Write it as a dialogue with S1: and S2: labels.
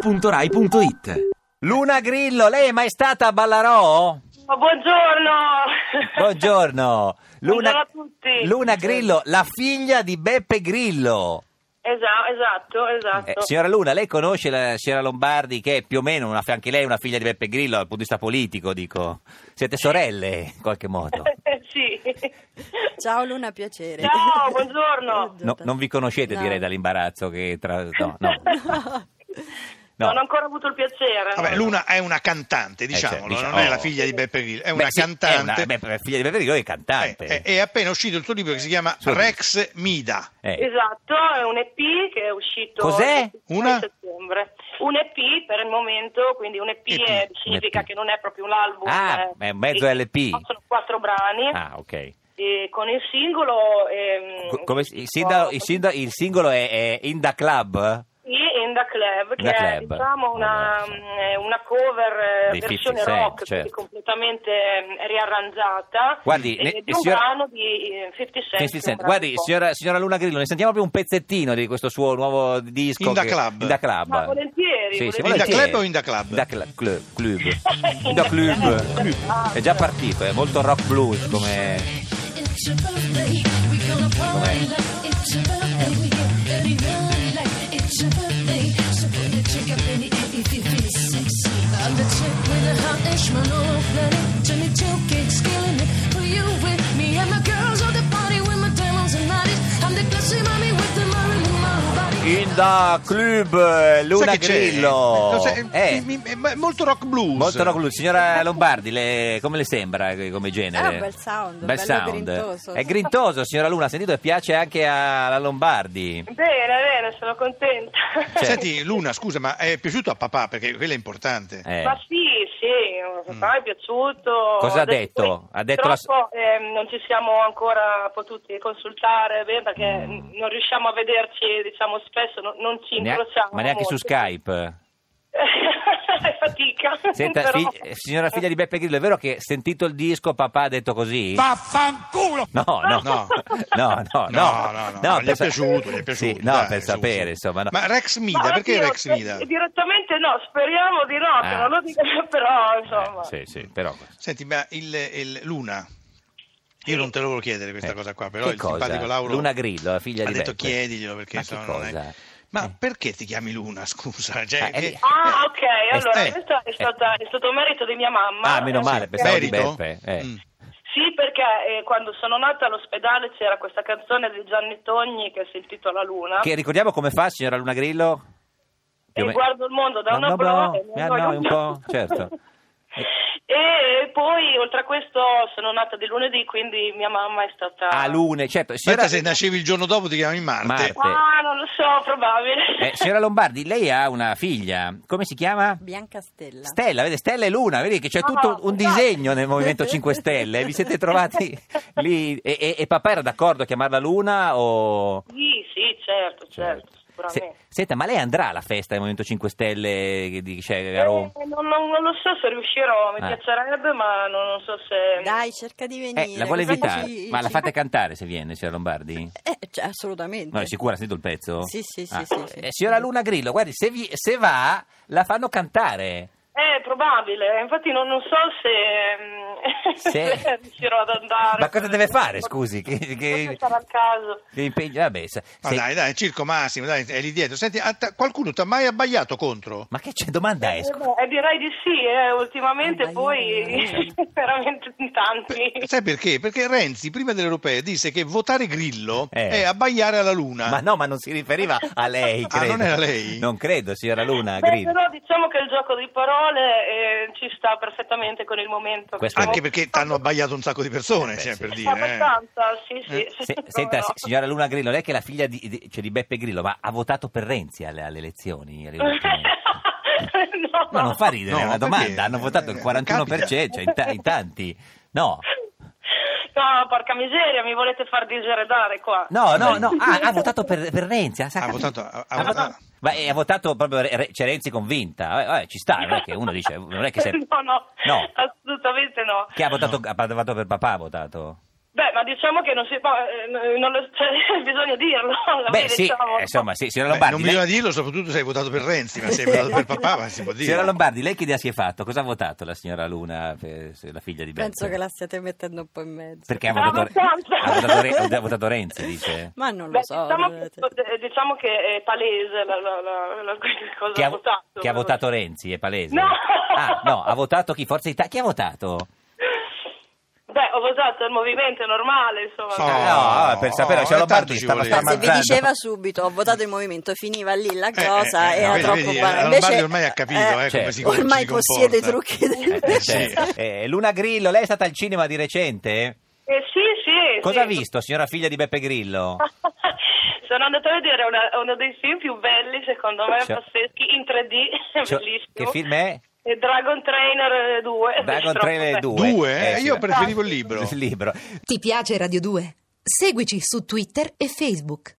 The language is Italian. S1: radio2pod.rai.it
S2: Luna Grillo, lei è mai stata a Ballarò?
S3: Oh, buongiorno!
S2: Buongiorno. Luna,
S3: Buongiorno a tutti.
S2: Luna Grillo, la figlia di Beppe Grillo.
S3: Esa- esatto, esatto.
S2: Eh, signora Luna, lei conosce la signora Lombardi che è più o meno una, anche lei è una figlia di Beppe Grillo dal punto di vista politico, dico. Siete sorelle in qualche modo.
S3: Esatto. sì.
S4: Ciao Luna, piacere.
S3: Ciao, buongiorno.
S2: No, non vi conoscete
S4: No.
S2: direi dall'imbarazzo che tra... No, no. no.
S3: Non ho ancora avuto il piacere.
S5: Vabbè,
S3: no.
S5: Luna è una cantante,
S2: Eh, cioè,
S5: diciamo,
S2: dice-
S5: non è la
S2: oh.
S5: figlia di Beppe Grillo, è
S2: Beh,
S5: una
S2: sì,
S5: cantante.
S2: una- beh, la figlia di Beppe Grillo è
S5: Eh,
S2: cantante.
S5: eh, è appena uscito il suo libro che si chiama
S2: Scusi.
S5: Rex Mida.
S2: Eh.
S3: Esatto, è un EP che è uscito
S2: Cos'è?
S3: il 26
S5: Una?
S3: settembre. Un EP per il momento, quindi un EP,
S5: EP.
S3: è- significa
S2: Un EP.
S3: che non è proprio un album.
S2: Ah,
S3: eh,
S2: è mezzo
S3: sì.
S2: LP.
S3: No, Sono quattro brani
S2: Ah, ok.
S3: e con il singolo... ehm,
S2: Co- come si- il, sindalo- il sinda- il singolo è, è In Da Club?
S3: Sì, in the club, che
S2: In the
S3: è
S2: club.
S3: diciamo una,
S2: Vabbè,
S3: mh, è una cover eh,
S2: Dei
S3: versione
S2: 50
S3: rock,
S2: Cent, certo.
S3: quindi completamente mh, riarrangiata.
S2: Guardi,
S3: e
S2: ne-
S3: di
S2: e
S3: un
S2: signora-
S3: brano di eh, 50 Cent.
S2: Senti, senti,
S3: un brano
S2: guardi,
S3: un po'.
S2: signora, signora Luna Grillo, ne sentiamo più un pezzettino di questo suo nuovo disco.
S5: In Da
S2: che-
S5: Club.
S2: In Da Club.
S3: Ma volentieri, volentieri.
S5: In Da
S2: volentieri.
S5: Club o in Da Club?
S2: In Da Cla- Clu- Club. In Da Club.
S3: Club.
S2: È già partito, è molto rock blues come...
S6: It's your birthday, we gonna party like it's your birthday, we get dirty run like it's your birthday. So put the chick up in the air if you feel sexy. I'm the chick with the hottest man on the planet. 22 kids killing it for you with me and my girls on the party with my diamonds and natties. I'm the classy mommy with the Marilyn Monroe body.
S2: In Da Club, Luna
S5: Sai che c'è?
S2: Grillo.
S5: Non sai-
S2: Eh,
S5: mi- mi- è molto rock blues.
S2: Molto rock blues. Signora Lombardi, le- come le sembra eh, come genere?
S4: Ah, bel sound,
S2: Bel
S4: bello
S2: sound.
S4: grintoso.
S2: È grintoso, signora Luna, sentito e piace anche alla Lombardi.
S3: Bene, bene, sono contenta.
S2: Cioè-
S5: Eh, Senti, Luna, scusa, ma è piaciuto a papà? Perché quello è importante.
S2: Eh. Mm.
S3: Ma sì, sì, mi è piaciuto.
S2: Cosa ha
S3: Adesso
S2: detto?
S3: poi,
S2: Ha detto la-
S3: purtroppo, ehm, non ci siamo ancora potuti consultare beh, perché mh, non riusciamo a vederci, diciamo, spesso, non, non ci
S2: Nea-
S3: incrociamo.
S2: Eh, ma Mm. neanche su
S3: molto.
S2: Skype.
S3: È fatica.
S2: Senta,
S3: però-
S2: fi- eh, signora figlia di Beppe Grillo, è vero che sentito il disco papà ha detto così?
S5: Vaffanculo!
S2: No, no,
S5: No.
S2: no, no, no,
S5: No, no, no,
S2: No,
S5: gli
S2: per
S5: è
S2: sa-
S5: piaciuto, gli è
S2: Sì,
S5: piaciuto.
S2: no,
S5: dai,
S2: per
S5: su,
S2: sapere,
S5: su.
S2: insomma. no.
S5: Ma Rex Mida,
S3: Ma
S5: perché
S3: oddio,
S5: Rex
S3: eh,
S5: Mida?
S3: Direttamente no, speriamo di no, che
S2: Ah.
S3: non lo dica, però insomma.
S2: Eh, sì, sì, però...
S5: Senti, ma il, il- Luna, io non te lo volevo chiedere questa
S2: Eh,
S5: cosa qua, però
S2: che
S5: il
S2: cosa?
S5: simpatico Lauro
S2: Luna Grillo, la figlia
S5: ha
S2: di
S5: detto
S2: Beppe.
S5: chiediglielo perché
S2: Ma
S5: sennò
S2: che
S5: non è-
S2: cosa?
S5: Ma
S2: Eh.
S5: perché ti chiami Luna, scusa? Cioè,
S2: Ah, è-
S5: che-
S3: Ah, ok, allora
S5: eh,
S3: questo è,
S2: eh.
S3: stata- è stato merito di mia mamma.
S2: Ah, meno
S3: Eh,
S2: male,
S3: sì,
S2: pensavo di
S5: merito?
S2: Beppe. eh.
S5: Mm.
S3: Sì, perché eh, quando sono nata all'ospedale c'era questa canzone di Gianni Togni che si intitola Luna.
S2: Che ricordiamo come fa, signora Luna Grillo? Più o
S3: E
S2: me-
S3: guardo il mondo da
S2: No,
S3: una
S2: no,
S3: bro
S2: no,
S3: e mi
S2: eh,
S3: annoio
S2: no, un po', certo.
S3: e poi, oltre a questo, sono nata di lunedì, quindi mia mamma è stata...
S2: Ah, Lune, certo.
S5: Aspetta,
S2: Signora,
S5: se nascevi il giorno dopo ti chiami Marte.
S2: Marte.
S3: Ah, non lo so, probabile.
S2: eh, signora Lombardi, lei ha una figlia, come si chiama?
S4: Biancastella.
S2: Stella, vede, Stella e Luna, vedi che c'è
S3: Ah,
S2: tutto un
S3: esatto.
S2: disegno nel Movimento 5 Stelle, vi siete trovati lì e, e- e papà era d'accordo a chiamarla Luna o...
S3: Sì, sì, certo, certo,
S2: Se-
S3: sicuramente.
S2: senta, ma lei andrà alla festa del Movimento 5 Stelle che di- cioè, a Roma?
S3: Eh, non, non- non lo so se riuscirò, mi
S2: Ah.
S3: piacerebbe, ma non, non so se...
S4: Dai, cerca di venire.
S2: Eh, la vuole
S4: così
S2: invitare?
S4: ci-
S2: Ma la
S4: ci-
S2: fate cantare se viene, signora Lombardi?
S4: Eh, cioè, assolutamente.
S2: No, è sicura, ha sentito il pezzo?
S4: Sì, sì, sì,
S2: Ah.
S4: sì, sì.
S2: Eh, signora Luna Grillo, guardi, se, vi- se va, la fanno cantare.
S3: Eh, È probabile, infatti non, non so se,
S2: Se-
S3: se riuscirò ad andare.
S2: Ma cosa deve fare, scusi? Che,
S3: Forse
S2: che,
S3: sarà il caso.
S2: che impegno? Vabbè, se-
S5: Ma
S2: se-
S5: dai, dai, Circo Massimo, dai, è lì dietro. Senti, a te- qualcuno ti ha mai abbaiato contro?
S2: ma che c'è domanda
S3: Eh,
S2: esco?
S3: beh, direi di sì, eh, ultimamente
S4: Eh, dai,
S3: poi veramente in tanti.
S5: Per- sai perché? Perché Renzi, prima delle europee, disse che votare Grillo
S2: Eh.
S5: è abbaiare alla Luna.
S2: Ma no, ma non si riferiva a lei,
S5: Eh, Ah,
S2: credo.
S5: non era lei?
S2: Non credo, signora Luna,
S3: Beh,
S2: Grillo.
S3: però diciamo che il gioco di parole eh, ci sta perfettamente con il momento. che
S2: Questo-
S3: stiamo-
S5: Anche perché ti hanno abbaiato un sacco di persone,
S2: beh,
S5: cioè,
S2: sì.
S5: per dire. eh.
S3: Abbastanza, sì, sì.
S5: Eh,
S2: Se-
S3: come
S2: senta,
S3: no.
S2: si- signora Luna Grillo, lei che è la figlia di, di- cioè di Beppe Grillo, ma ha votato per Renzi alle, alle elezioni? alle ultime?
S3: no.
S2: Ma non fa ridere,
S5: No,
S2: è una
S5: perché?
S2: domanda. Hanno votato il
S5: Eh,
S2: 41%,
S5: capita.
S2: cioè in, ta- in tanti. No,
S3: No, porca miseria, mi volete far diseredare qua.
S2: no, no, no. Ah, ha votato per, per Renzi. ah, sa-
S5: Ha votato- ha- ha votato-
S2: Ma eh, ha votato proprio Re- Re- cioè Renzi convinta. Vabbè, vabbè, ci sta, ah, non è che uno dice... Non è che se-
S3: No, no,
S2: No.
S3: assolutamente no.
S2: Che ha votato, ha votato per papà ha votato.
S3: Beh, ma diciamo che non si può, eh, non lo- cioè, bisogna dirlo. alla
S2: Beh,
S3: fine,
S2: sì,
S3: diciamo.
S2: eh, insomma, sì, signora
S5: Beh,
S2: Lombardi.
S5: non
S2: lei-
S5: bisogna dirlo, soprattutto se hai votato per Renzi, ma se hai votato per papà, ma si può dire.
S2: Signora Lombardi, lei che idea si è fatto? Cosa ha votato la signora Luna, per- se- la figlia di Beppe?
S4: Penso che la stiate mettendo un po' in mezzo.
S2: Perché ha
S3: Ah,
S2: votato,
S3: abbastanza.
S2: ha votato Re- ha votato Renzi, dice.
S4: Ma non
S3: Beh,
S4: lo so.
S3: diciamo,
S4: vedete.
S3: che, eh, diciamo che è palese la, la- la- la- cosa
S2: Che ha,
S3: votato.
S2: che ha votato Renzi, è palese.
S3: No!
S2: Ah, no, ha votato chi? Forza Italia? Chi ha votato?
S3: Beh, ho votato il movimento è normale, insomma.
S5: Oh,
S2: Ah, no, per sapere,
S5: oh,
S2: c'è Lombardi
S5: tanto ci
S2: stava
S5: voleva.
S2: sta
S4: Anzi, Eh, vi
S2: ammazzando.
S4: diceva subito, ho votato il movimento, finiva lì la
S5: Eh,
S4: cosa,
S5: eh, eh,
S4: era
S5: vedi,
S4: troppo
S5: vedi,
S4: banale.
S5: Lombardi
S4: Invece,
S5: ormai ha capito, eh,
S2: cioè,
S5: come si com-
S4: ormai
S5: si
S4: possiede i
S5: comporta.
S4: trucchi del
S2: Eh,
S5: sì.
S2: certo. Eh, Luna Grillo, lei è stata al cinema di recente?
S3: Eh, sì, sì.
S2: Cosa ha
S3: sì.
S2: visto, signora figlia di Beppe Grillo?
S3: Sono andata a vedere una- uno dei film più belli, secondo me,
S2: Cioè-
S3: pazzeschi, in 3D, è
S2: Cioè,
S3: bellissimo.
S2: che film è?
S3: E Dragon Trainer 2.
S2: Dragon
S3: purtroppo,
S2: Trainer
S3: beh.
S2: 2.
S5: Due?
S2: Eh,
S5: Eh, io
S2: sì.
S5: preferivo il libro.
S2: Il libro.
S1: Ti piace Radio 2? Seguici su Twitter e Facebook.